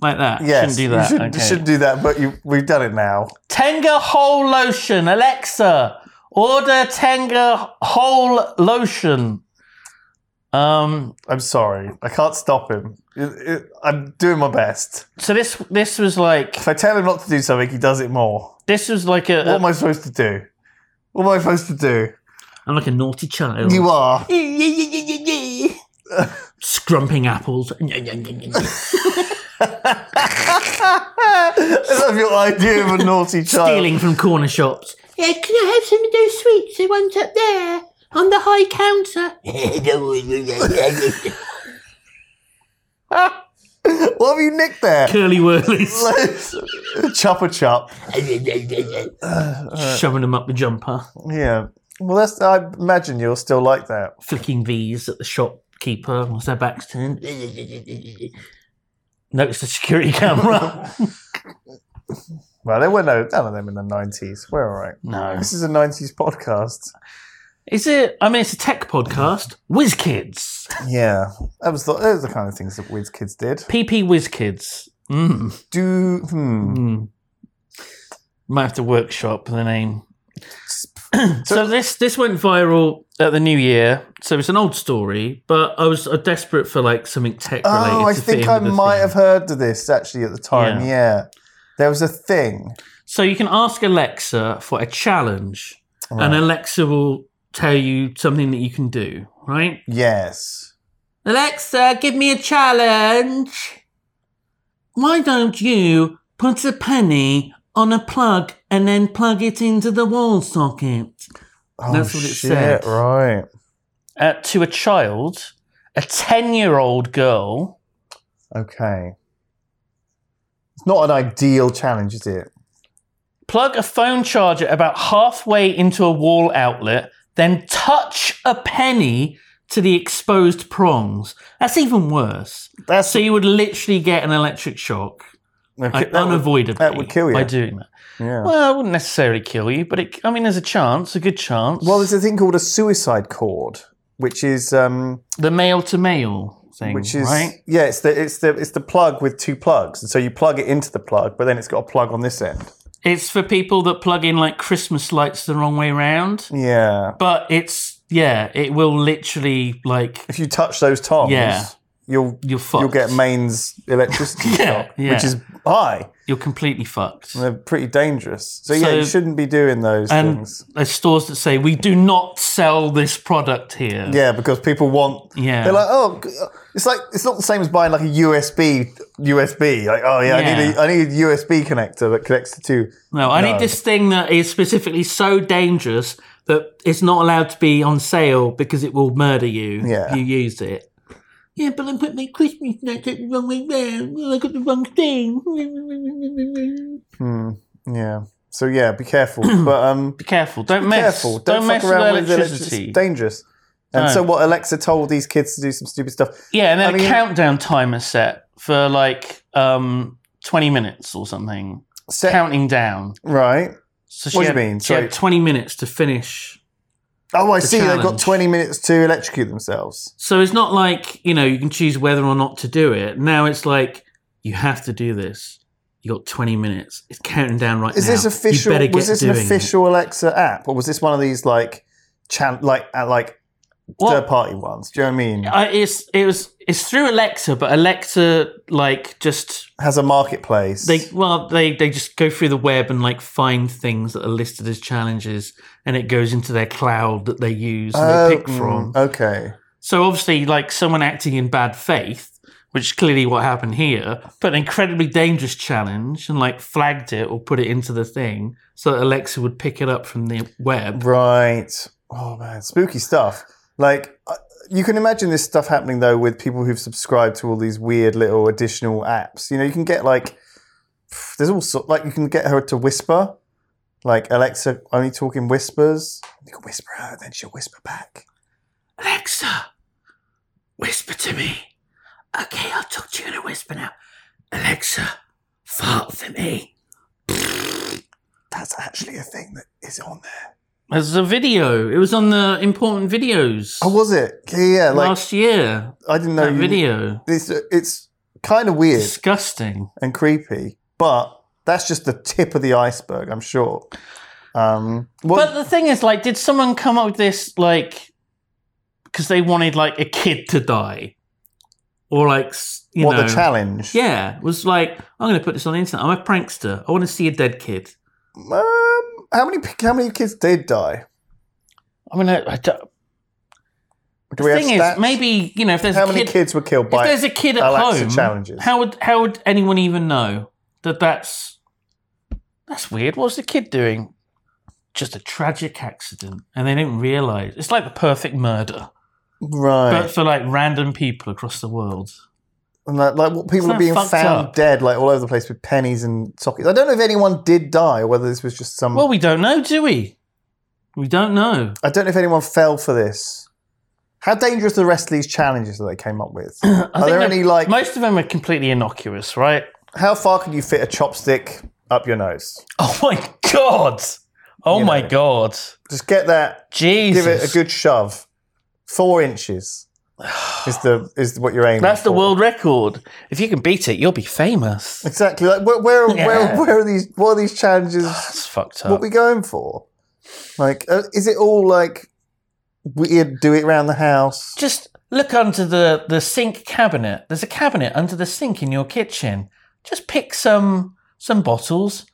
Speaker 1: Like that.
Speaker 2: yes,
Speaker 1: Shouldn't do that.
Speaker 2: You should,
Speaker 1: okay.
Speaker 2: should do that, but you, we've done it now.
Speaker 1: Tenga whole lotion. Alexa, order Tenga whole lotion. Um,
Speaker 2: I'm sorry. I can't stop him. It- it- I'm doing my best.
Speaker 1: so this this was like
Speaker 2: If I tell him not to do something, he does it more.
Speaker 1: this was like
Speaker 2: What
Speaker 1: a,
Speaker 2: am I supposed to do? What am I supposed to do?
Speaker 1: I'm like a naughty child.
Speaker 2: You are.
Speaker 1: Scrumping apples.
Speaker 2: I love your idea of a naughty child.
Speaker 1: Stealing from corner shops.
Speaker 4: Yeah, can I have some of those sweets? The ones up there on the high counter.
Speaker 2: What have you nicked there?
Speaker 1: Curly whirlies.
Speaker 2: Chopper chop.
Speaker 1: shoving them up the jumper.
Speaker 2: Yeah. Well, that's, I imagine you'll still like that.
Speaker 1: flicking V's at the shopkeeper was their backs turned. Notice the security camera.
Speaker 2: Well, there were no none of them in the 90s. We're all right.
Speaker 1: no.
Speaker 2: This is a 90s podcast.
Speaker 1: Is it? I mean, it's a tech podcast. Whiz Kids.
Speaker 2: Yeah. That was the, those are the kind of things that weird kids did.
Speaker 1: PP Whiz Kids. Mm.
Speaker 2: Do, hmm.
Speaker 1: Mm. Might have to workshop the name. so this this went viral at the new year. So it's an old story, but I was uh, desperate for like something tech related.
Speaker 2: Oh, I
Speaker 1: to fit
Speaker 2: think
Speaker 1: in
Speaker 2: I
Speaker 1: with the
Speaker 2: might
Speaker 1: theme.
Speaker 2: have heard of this actually at the time. Yeah.
Speaker 1: Yeah.
Speaker 2: There was a thing.
Speaker 1: So you can ask Alexa for a challenge, and Alexa will tell you something that you can do. Right?
Speaker 2: Yes.
Speaker 1: Alexa, give me a challenge. Why don't you put a penny on a plug and then plug it into the wall socket?
Speaker 2: Oh,
Speaker 1: That's what it said.
Speaker 2: Right.
Speaker 1: Uh, to a child, a 10 year old girl.
Speaker 2: Okay. It's not an ideal challenge, is it?
Speaker 1: Plug a phone charger about halfway into a wall outlet, then touch a penny to the exposed prongs. That's even worse.
Speaker 2: That's
Speaker 1: So you would literally get an electric shock.
Speaker 2: No,
Speaker 1: I,
Speaker 2: ki- that would-
Speaker 1: unavoidably.
Speaker 2: that would kill you.
Speaker 1: By doing that.
Speaker 2: Yeah. Well,
Speaker 1: Well, it wouldn't necessarily kill you, but it, I mean, there's a chance, a good chance.
Speaker 2: there's a thing called a suicide cord, which is um,
Speaker 1: the male to male thing,
Speaker 2: which is
Speaker 1: right?
Speaker 2: yeah, it's the it's the it's the plug with two plugs, and so you plug it into the plug, but then it's got a plug on this end.
Speaker 1: It's for people that plug in like Christmas lights the wrong way round.
Speaker 2: Yeah.
Speaker 1: But it's yeah, it will literally like
Speaker 2: If you touch those tongs,
Speaker 1: Yeah.
Speaker 2: you'll
Speaker 1: you're fucked.
Speaker 2: you'll get mains electricity
Speaker 1: Yeah,
Speaker 2: shock,
Speaker 1: yeah.
Speaker 2: which is high.
Speaker 1: You're completely fucked.
Speaker 2: They're pretty dangerous. So, yeah,
Speaker 1: So-
Speaker 2: you shouldn't be doing those
Speaker 1: And
Speaker 2: things.
Speaker 1: there's stores that say we do not sell this product here.
Speaker 2: Yeah, because people want.
Speaker 1: Yeah.
Speaker 2: They're like, oh, g- it's like it's not the same as buying like a USB USB. Like, oh yeah, I need
Speaker 1: Yeah.
Speaker 2: a I need a USB connector that connects to two.
Speaker 1: No, I
Speaker 2: No.
Speaker 1: need this thing that is specifically so dangerous that it's not allowed to be on sale because it will murder you
Speaker 2: Yeah.
Speaker 1: if you use it.
Speaker 3: Yeah, but I put my Christmas lights at the wrong way round. I got the wrong thing.
Speaker 2: Hmm. Yeah. So yeah, be careful. but um,
Speaker 1: Be careful. Don't
Speaker 2: be
Speaker 1: mess.
Speaker 2: careful. Don't,
Speaker 1: mess
Speaker 2: fuck
Speaker 1: with
Speaker 2: around with electricity.
Speaker 1: electricity.
Speaker 2: It's dangerous. And
Speaker 1: No.
Speaker 2: so what Alexa told these kids to do some stupid stuff.
Speaker 1: yeah, and then
Speaker 2: I mean-
Speaker 1: a countdown timer set for like um, 20 minutes or something.
Speaker 2: Set,
Speaker 1: Counting down.
Speaker 2: Right.
Speaker 1: So
Speaker 2: What do
Speaker 1: she
Speaker 2: you
Speaker 1: had-
Speaker 2: mean?
Speaker 1: She
Speaker 2: Sorry.
Speaker 1: had 20 minutes to finish.
Speaker 2: Oh, I
Speaker 1: The
Speaker 2: see. They've got
Speaker 1: challenge.
Speaker 2: twenty minutes to electrocute themselves.
Speaker 1: So it's not like, you know, you can choose whether or not to do it. Now it's like, you have to do this. You got 20 minutes. It's counting down right
Speaker 2: Is
Speaker 1: now.
Speaker 2: this
Speaker 1: You
Speaker 2: official?
Speaker 1: better
Speaker 2: Was
Speaker 1: get
Speaker 2: this an
Speaker 1: doing it.
Speaker 2: official Alexa app, or was this one of these like, chan- like uh, like
Speaker 1: Well,
Speaker 2: third party ones? Do you know what I mean?
Speaker 1: I, it's it was it's through Alexa, but Alexa like just
Speaker 2: Has a marketplace.
Speaker 1: they well they they just go through the web and like find things that are listed as challenges, and it goes into their cloud that they use and
Speaker 2: Oh,
Speaker 1: they pick
Speaker 2: mm,
Speaker 1: from.
Speaker 2: Okay.
Speaker 1: So obviously, like someone acting in bad faith, which is clearly what happened here, put an incredibly dangerous challenge and like flagged it or put it into the thing so that Alexa would pick it up from the web.
Speaker 2: Right. Oh man, spooky stuff. Like uh, you can imagine this stuff happening though with people who've subscribed to all these weird little additional apps. You know, you can get like pff, there's all sort like you can get her to whisper, like Alexa only talking whispers. You can whisper her, and then she'll whisper back.
Speaker 3: Alexa, whisper to me. Okay, I'll talk to you in a whisper now. Alexa, fart for me.
Speaker 2: That's actually a thing that is on there.
Speaker 1: There's a video. It was on the important videos
Speaker 2: Oh, was it? Yeah, yeah. Like
Speaker 1: last year.
Speaker 2: I didn't know.
Speaker 1: that
Speaker 2: you-
Speaker 1: video.
Speaker 2: It's uh, it's kind of weird
Speaker 1: Disgusting.
Speaker 2: and creepy, but that's just the tip of the iceberg. I'm sure. Um, what-
Speaker 1: But the thing is, like, did someone come up with this, like, because they wanted, like, a kid to die? Or, like, s- you
Speaker 2: what
Speaker 1: know.
Speaker 2: the challenge?
Speaker 1: Yeah, was like, I'm going to put this on the internet. I'm a prankster. I want to see a dead kid.
Speaker 2: Um, how many how many kids did die?
Speaker 1: I mean, I, I don't-
Speaker 2: Do
Speaker 1: the
Speaker 2: we
Speaker 1: thing
Speaker 2: have stats?
Speaker 1: is, maybe, you know, if there's
Speaker 2: how
Speaker 1: a
Speaker 2: many
Speaker 1: kid.
Speaker 2: kids were killed
Speaker 1: if
Speaker 2: by
Speaker 1: there's a kid at
Speaker 2: Alexa
Speaker 1: home,
Speaker 2: challenges?
Speaker 1: how would how would anyone even know that that's that's weird? What's the kid doing? Just a tragic accident, and they don't realise it's like the perfect murder,
Speaker 2: right?
Speaker 1: but for like random people across the world.
Speaker 2: and like, like what
Speaker 1: Isn't
Speaker 2: people are
Speaker 1: that
Speaker 2: being
Speaker 1: fucked
Speaker 2: found
Speaker 1: up?
Speaker 2: dead, like all over the place with pennies and sockets. I don't know if anyone did die or whether this was just some.
Speaker 1: Well, we don't know, do we? We don't know.
Speaker 2: I don't know if anyone fell for this. How dangerous are the rest of these challenges that they came up with?
Speaker 1: I
Speaker 2: are
Speaker 1: think
Speaker 2: there
Speaker 1: that
Speaker 2: any like?
Speaker 1: most of them are completely innocuous, right?
Speaker 2: How far can you fit a chopstick up your nose?
Speaker 1: Oh my god! Oh
Speaker 2: You
Speaker 1: my
Speaker 2: know.
Speaker 1: god!
Speaker 2: Just get that
Speaker 1: Jesus!
Speaker 2: give it a good shove. Four inches is the is what you're aiming.
Speaker 1: That's the
Speaker 2: for.
Speaker 1: world record. If you can beat it, you'll be famous.
Speaker 2: Exactly. Like where where, where
Speaker 1: Yeah. Ah,
Speaker 2: where are these what are these challenges?
Speaker 1: That's fucked
Speaker 2: What are
Speaker 1: up.
Speaker 2: we going for? Like, uh, is it all like weird? Do it round the house.
Speaker 1: Just look under the, the sink cabinet. There's a cabinet under the sink in your kitchen. Just pick some some bottles,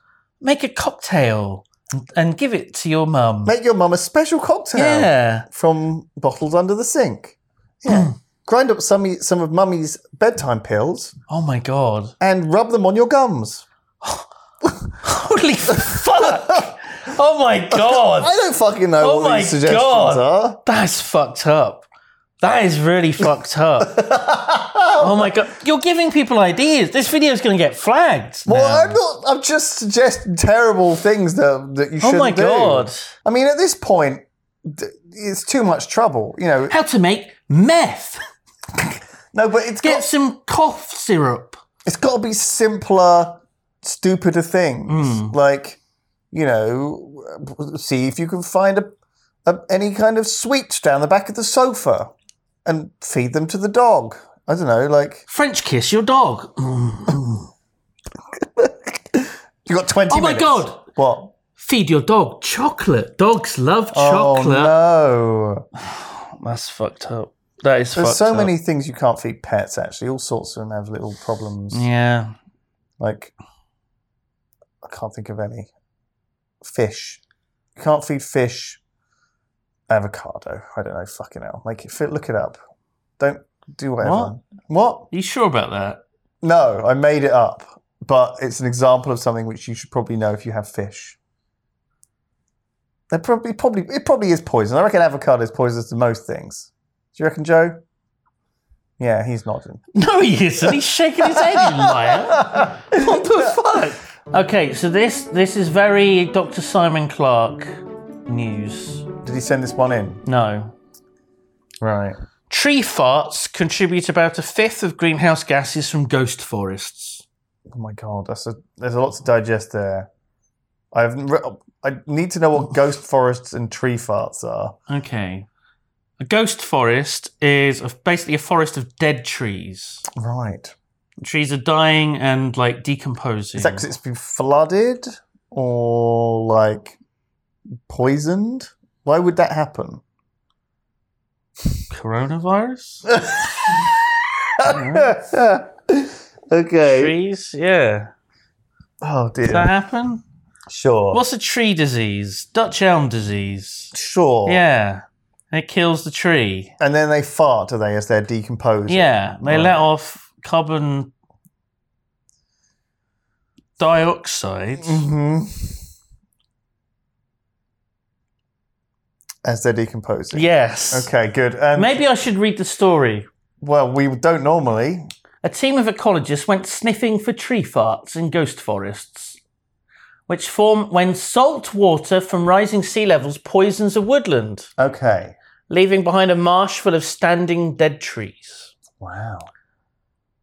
Speaker 1: make a cocktail, and, and give it to your mum.
Speaker 2: Make your mum a special cocktail
Speaker 1: yeah. Hmm.
Speaker 2: from bottles under the sink. Yeah. Grind up some some of mummy's bedtime pills
Speaker 1: Oh my god.
Speaker 2: and rub them on your gums.
Speaker 1: Holy fuck! Oh my god.
Speaker 2: I don't fucking know
Speaker 1: Oh
Speaker 2: what
Speaker 1: my
Speaker 2: these suggestions
Speaker 1: God.
Speaker 2: are.
Speaker 1: That's fucked up. That is really fucked up. oh my god. You're giving people ideas. This video is going to get flagged.
Speaker 2: Well,
Speaker 1: now.
Speaker 2: I'm not. I'm just suggesting terrible things that that you
Speaker 1: Oh
Speaker 2: shouldn't
Speaker 1: my
Speaker 2: do.
Speaker 1: god.
Speaker 2: I mean, at this point, d- it's too much trouble. You know.
Speaker 1: How to make meth.
Speaker 2: No, but it's
Speaker 1: Get
Speaker 2: got
Speaker 1: some cough syrup.
Speaker 2: it's got to be simpler stupider things.
Speaker 1: Mm.
Speaker 2: Like, you know, see if you can find a, a any kind of sweets down the back of the sofa and feed them to the dog. I don't know, like
Speaker 1: French kiss your dog. Mm.
Speaker 2: you got twenty.
Speaker 1: Oh my
Speaker 2: minutes.
Speaker 1: God.
Speaker 2: What?
Speaker 1: Feed your dog chocolate. Dogs love chocolate.
Speaker 2: Oh no!
Speaker 1: That's fucked up. That is
Speaker 2: There's
Speaker 1: fucked
Speaker 2: so
Speaker 1: up.
Speaker 2: many things you can't feed pets. Actually, all sorts of them have little problems.
Speaker 1: Yeah.
Speaker 2: Like, I can't think of any. Fish. You can't feed fish avocado. I don't know. Fucking hell. Make it fit. Look it up. Don't do whatever.
Speaker 1: What?
Speaker 2: What?
Speaker 1: You sure about that?
Speaker 2: No, I made it up. But it's an example of something which you should probably know if you have fish. They're probably, probably, it probably is poison. I reckon avocado is poisonous to most things. Do you reckon, Joe? Yeah, he's nodding.
Speaker 1: No, he isn't. He's shaking his head, you liar. What the fuck? Okay, so this this is very Dr. Simon Clark news.
Speaker 2: Did he send this one in?
Speaker 1: No.
Speaker 2: Right.
Speaker 1: Tree farts contribute about a fifth of greenhouse gases from ghost forests.
Speaker 2: Oh my god, that's a there's a lot to digest there. I haven't. Re- I need to know what ghost forests and tree farts are.
Speaker 1: Okay. A ghost forest is a, basically a forest of dead trees.
Speaker 2: Right.
Speaker 1: Trees are dying and like decomposing.
Speaker 2: Is that because it's been flooded or like poisoned? Why would that happen?
Speaker 1: coronavirus?
Speaker 2: okay.
Speaker 1: Trees? Yeah.
Speaker 2: Oh
Speaker 1: Does that
Speaker 2: dear.
Speaker 1: happen?
Speaker 2: Sure.
Speaker 1: What's a tree disease? Dutch elm disease.
Speaker 2: sure.
Speaker 1: Yeah. It kills the tree.
Speaker 2: And then they fart, do they, as they're decomposing?
Speaker 1: Yeah. They
Speaker 2: Right.
Speaker 1: let off carbon dioxide.
Speaker 2: hmm As they're decomposing.
Speaker 1: Yes.
Speaker 2: Okay, good. And
Speaker 1: Maybe I should read the story.
Speaker 2: well, we don't normally.
Speaker 1: A team of ecologists went sniffing for tree farts in ghost forests, which form when salt water from rising sea levels poisons a woodland,
Speaker 2: Okay.
Speaker 1: leaving behind a marsh full of standing dead trees.
Speaker 2: Wow.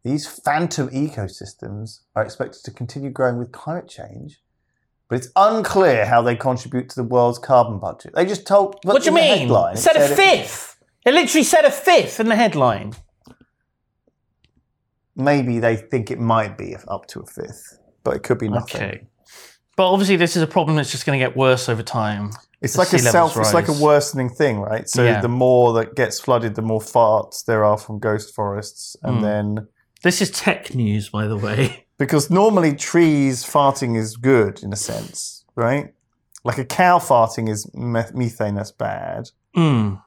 Speaker 2: These phantom ecosystems are expected to continue growing with climate change, but it's unclear how they contribute to the world's carbon budget. They just told.
Speaker 1: What do you
Speaker 2: in the
Speaker 1: mean?
Speaker 2: headline, it
Speaker 1: said a
Speaker 2: it-
Speaker 1: fifth. It literally said a fifth in the headline.
Speaker 2: maybe they think it might be up to a fifth, but it could be nothing.
Speaker 1: Okay. But obviously, this is a problem that's just going to get worse over time.
Speaker 2: It's
Speaker 1: The
Speaker 2: like
Speaker 1: sea
Speaker 2: a
Speaker 1: levels
Speaker 2: self. It's like a
Speaker 1: rise.
Speaker 2: worsening thing, right? So
Speaker 1: Yeah.
Speaker 2: the more that gets flooded, the more farts there are from ghost forests, and
Speaker 1: Hmm.
Speaker 2: then
Speaker 1: This is tech news, by the way.
Speaker 2: because normally trees farting is good in a sense, right? Like a cow farting is meth- methane, that's bad.
Speaker 1: Mm.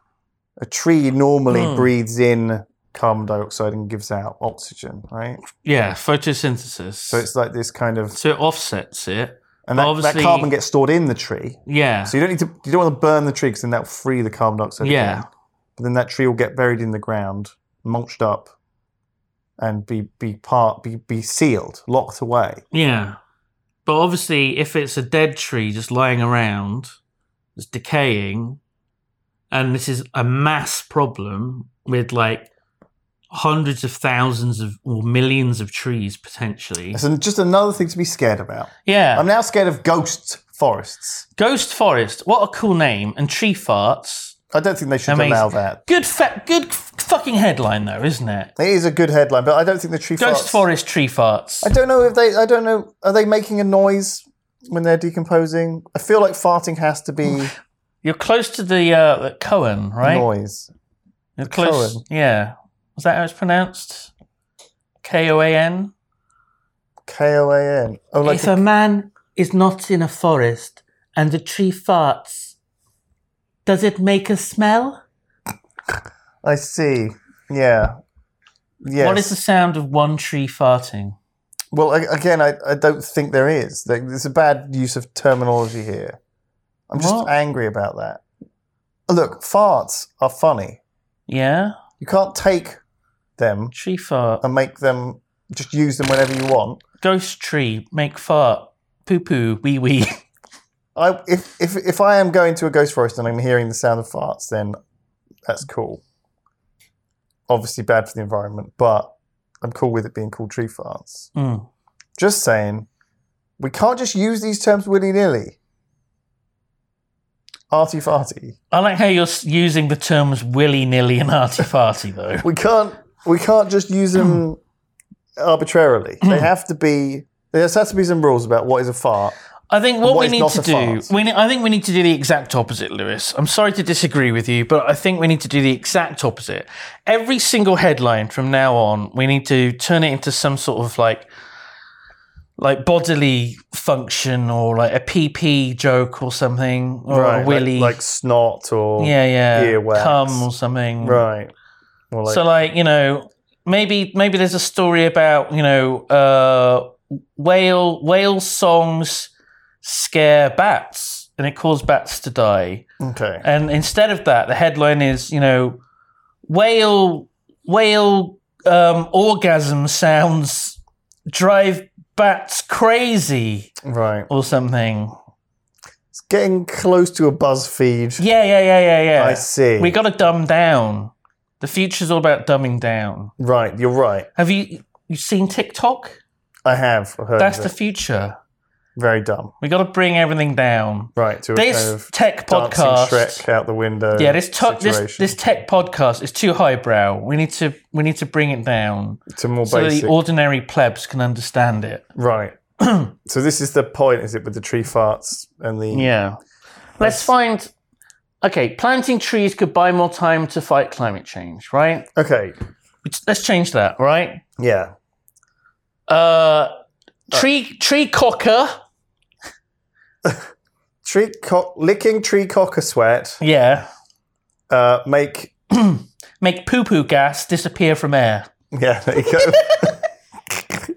Speaker 2: A tree normally
Speaker 1: Hmm.
Speaker 2: breathes in carbon dioxide and gives out oxygen, right?
Speaker 1: Yeah, photosynthesis.
Speaker 2: So it's like this kind of,
Speaker 1: so it offsets it.
Speaker 2: and that, that
Speaker 1: obviously-
Speaker 2: carbon gets stored in the tree.
Speaker 1: Yeah.
Speaker 2: So you don't need to, you don't want to burn the tree because then that'll free the carbon dioxide.
Speaker 1: Yeah.
Speaker 2: again. But then that tree will get buried in the ground, mulched up, and be be part be be sealed, locked away.
Speaker 1: Yeah. But obviously, if it's a dead tree just lying around, it's decaying, and this is a mass problem with like hundreds of thousands of or millions of trees potentially.
Speaker 2: It's an- just another thing to be scared about.
Speaker 1: Yeah.
Speaker 2: I'm now scared of ghost forests.
Speaker 1: Ghost Forest, what a cool name. And tree farts.
Speaker 2: I don't think they should
Speaker 1: Amazing.
Speaker 2: allow that.
Speaker 1: Good, fa- good f- fucking headline, though, isn't it?
Speaker 2: It is a good headline, but I don't think the tree
Speaker 1: Ghost
Speaker 2: farts-
Speaker 1: Forest tree farts.
Speaker 2: I don't know if they. I don't know. Are they making a noise when they're decomposing? I feel like farting has to be
Speaker 1: You're close to the uh, Cohen, right?
Speaker 2: noise.
Speaker 1: You're close.
Speaker 2: Cohen.
Speaker 1: Yeah. Is that how it's pronounced? K O A N?
Speaker 2: K O A N. Oh, like
Speaker 1: if a man is not in a forest and the tree farts, does it make a smell?
Speaker 2: I see. Yeah. Yes.
Speaker 1: What is the sound of one tree farting?
Speaker 2: Well, a- again, I, I don't think there is. Like, There's a bad use of terminology here. I'm just
Speaker 1: What?
Speaker 2: angry about that. Look, farts are funny.
Speaker 1: Yeah,
Speaker 2: You can't take them
Speaker 1: tree fart.
Speaker 2: and make them just use them whenever you want.
Speaker 1: Ghost tree, make fart. Poo poo, wee wee.
Speaker 2: I if if if I am going to a ghost forest and I'm hearing the sound of farts, then that's cool. Obviously bad for the environment, but I'm cool with it being called tree farts.
Speaker 1: Mm.
Speaker 2: Just saying, We can't just use these terms willy nilly. Arty farty.
Speaker 1: I like how you're s- using the terms willy nilly and arty farty though.
Speaker 2: We can't. We can't just use them arbitrarily. They have to be. There has to be some rules about what is a fart.
Speaker 1: I think what,
Speaker 2: What
Speaker 1: we
Speaker 2: is
Speaker 1: need
Speaker 2: not
Speaker 1: to
Speaker 2: a
Speaker 1: do,
Speaker 2: fart?
Speaker 1: we ne- I think we need to do the exact opposite, Lewis. I'm sorry to disagree with you, but I think we need to do the exact opposite. Every single headline from now on, we need to turn it into some sort of like, like bodily function or like a PP joke or something or a
Speaker 2: like-
Speaker 1: willy,
Speaker 2: like, snot or
Speaker 1: yeah, yeah,
Speaker 2: earwax.
Speaker 1: cum or something,
Speaker 2: right. Or like,
Speaker 1: so like you know maybe maybe there's a story about you know uh whale whale songs scare bats and it caused bats to die
Speaker 2: okay.
Speaker 1: and instead of that the headline is you know whale whale um orgasm sounds drive bats crazy
Speaker 2: Right.
Speaker 1: or something
Speaker 2: It's getting close to a BuzzFeed.
Speaker 1: yeah yeah yeah yeah yeah
Speaker 2: I see.
Speaker 1: we gotta dumb down the future's all about dumbing down
Speaker 2: Right. You're right.
Speaker 1: have you you seen tiktok
Speaker 2: I have heard.
Speaker 1: That's
Speaker 2: of
Speaker 1: the
Speaker 2: it.
Speaker 1: future.
Speaker 2: very dumb.
Speaker 1: We got to bring everything down.
Speaker 2: Right. To a
Speaker 1: This
Speaker 2: kind of
Speaker 1: tech
Speaker 2: dancing
Speaker 1: podcast.
Speaker 2: Shrek out the window.
Speaker 1: yeah, this, to- this
Speaker 2: situation.
Speaker 1: this tech podcast is too highbrow. We need to we need to bring it down
Speaker 2: to more
Speaker 1: so that
Speaker 2: basic.
Speaker 1: the ordinary plebs can understand it.
Speaker 2: right. so this is the point, is it, with the tree farts and the
Speaker 1: Yeah. Let's find Okay, planting trees could buy more time to fight climate change, right?
Speaker 2: Okay.
Speaker 1: Let's- Let's change that, right?
Speaker 2: Yeah.
Speaker 1: Uh tree tree cocker.
Speaker 2: Tree cock licking tree cocker sweat.
Speaker 1: Yeah.
Speaker 2: Uh, make
Speaker 1: Make poo poo gas disappear from air.
Speaker 2: yeah. There you go.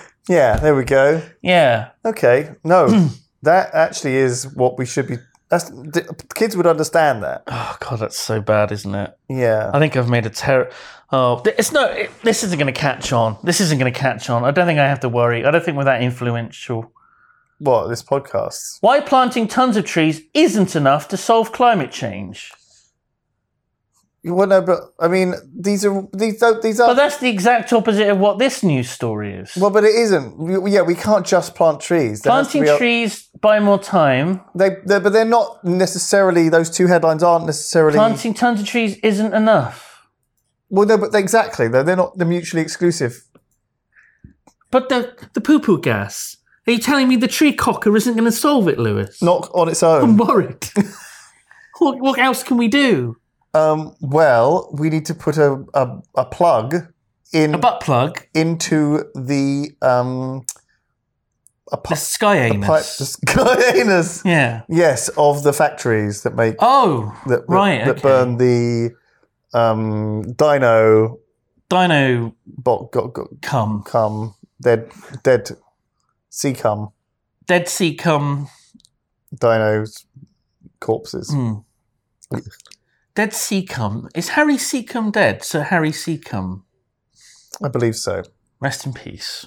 Speaker 2: yeah. There we go.
Speaker 1: Yeah.
Speaker 2: Okay. No, that actually is what we should be. That's d- kids would understand that.
Speaker 1: Oh god, that's so bad, isn't it?
Speaker 2: Yeah.
Speaker 1: I think I've made a terror. Oh, th- it's no. It, this isn't going to catch on. This isn't going to catch on. I don't think I have to worry. I don't think we're that influential.
Speaker 2: What this podcast?
Speaker 1: Why planting tons of trees isn't enough to solve climate change?
Speaker 2: You well, no, but I mean, these are these. Don't, these
Speaker 1: But
Speaker 2: are.
Speaker 1: that's the exact opposite of what this news story is.
Speaker 2: well, but it isn't. We- Yeah, we can't just plant trees. There has to
Speaker 1: planting
Speaker 2: be a-
Speaker 1: trees buy more time.
Speaker 2: They, they, but they're not necessarily. Those two headlines aren't necessarily.
Speaker 1: Planting tons of trees isn't enough.
Speaker 2: Well, no, but they, exactly. They're, they're not. They're mutually exclusive.
Speaker 1: But the the poo poo gas. Are you telling me the tree cocker isn't going to solve it, Lewis?
Speaker 2: Not on its own.
Speaker 1: worried. what, what else can we do?
Speaker 2: Um, well, we need to put a a, a plug in
Speaker 1: A butt plug.
Speaker 2: into the um a
Speaker 1: The
Speaker 2: pi-
Speaker 1: sky
Speaker 2: the
Speaker 1: anus.
Speaker 2: pipe, the sky anus.
Speaker 1: Yeah.
Speaker 2: Yes, of the factories that make
Speaker 1: Oh,
Speaker 2: that, that-
Speaker 1: right.
Speaker 2: that
Speaker 1: okay.
Speaker 2: burn the um dino
Speaker 1: Dino
Speaker 2: bot got, got
Speaker 1: cum,
Speaker 2: cum dead dead sea cum
Speaker 1: Dead Sea cum,
Speaker 2: dinos corpses.
Speaker 1: hmm. Dead Sea cum. Is Harry Seacum dead? Sir Harry Seacum,
Speaker 2: I believe so.
Speaker 1: rest in peace.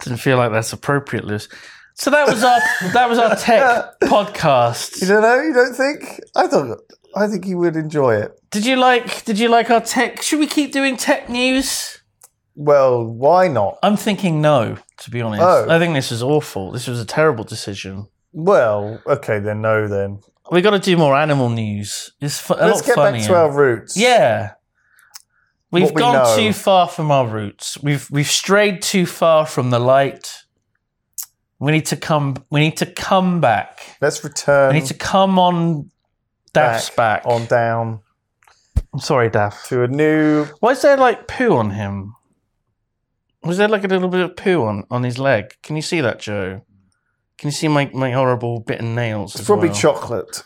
Speaker 1: Didn't feel like that's appropriate, Lewis. So that was our that was our tech podcast.
Speaker 2: You don't know? You don't think? I thought I think you would enjoy it.
Speaker 1: Did you like? Did you like our tech? Should we keep doing tech news?
Speaker 2: Well, why not?
Speaker 1: I'm thinking no, to be honest.
Speaker 2: Oh.
Speaker 1: I think this is awful. This was a terrible decision.
Speaker 2: Well, okay then. No, then
Speaker 1: We got to do more animal news. It's fu- a
Speaker 2: let's
Speaker 1: lot
Speaker 2: get back to
Speaker 1: funnier.
Speaker 2: our roots.
Speaker 1: yeah. We've
Speaker 2: What we
Speaker 1: gone
Speaker 2: know.
Speaker 1: too far from our roots. We've we've strayed too far from the light. We need to come. We need to come back.
Speaker 2: Let's return.
Speaker 1: we need to come on Daff's back.
Speaker 2: Um, on down
Speaker 1: I'm sorry, Daff.
Speaker 2: to a new.
Speaker 1: Why is there like poo on him? Was there like a little bit of poo on, on his leg? Can you see that, Joe? Can you see my, my horrible bitten nails?
Speaker 2: It's
Speaker 1: as
Speaker 2: probably
Speaker 1: well?
Speaker 2: chocolate.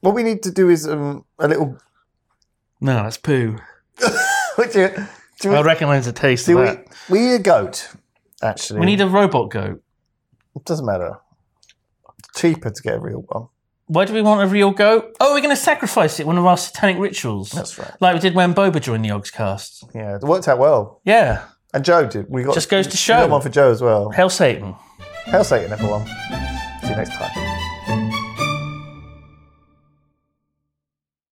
Speaker 2: What we need to do is um, a little.
Speaker 1: No, that's poo.
Speaker 2: What do, you- do
Speaker 1: I
Speaker 2: we,
Speaker 1: recognise the taste
Speaker 2: do
Speaker 1: of
Speaker 2: we,
Speaker 1: that.
Speaker 2: we need a goat. Actually,
Speaker 1: We, need a robot goat.
Speaker 2: It doesn't matter. It's cheaper to get a real one.
Speaker 1: Why do we want a real goat? Oh, we're going to sacrifice it one of our satanic rituals.
Speaker 2: That's right.
Speaker 1: Like we did when Boba joined the Ogscast.
Speaker 2: Yeah, it worked out well.
Speaker 1: Yeah.
Speaker 2: And Joe did. We got
Speaker 1: Just goes to
Speaker 2: we
Speaker 1: show.
Speaker 2: got one for Joe as well.
Speaker 1: Hell Satan.
Speaker 2: Hail Satan, everyone. See you next time.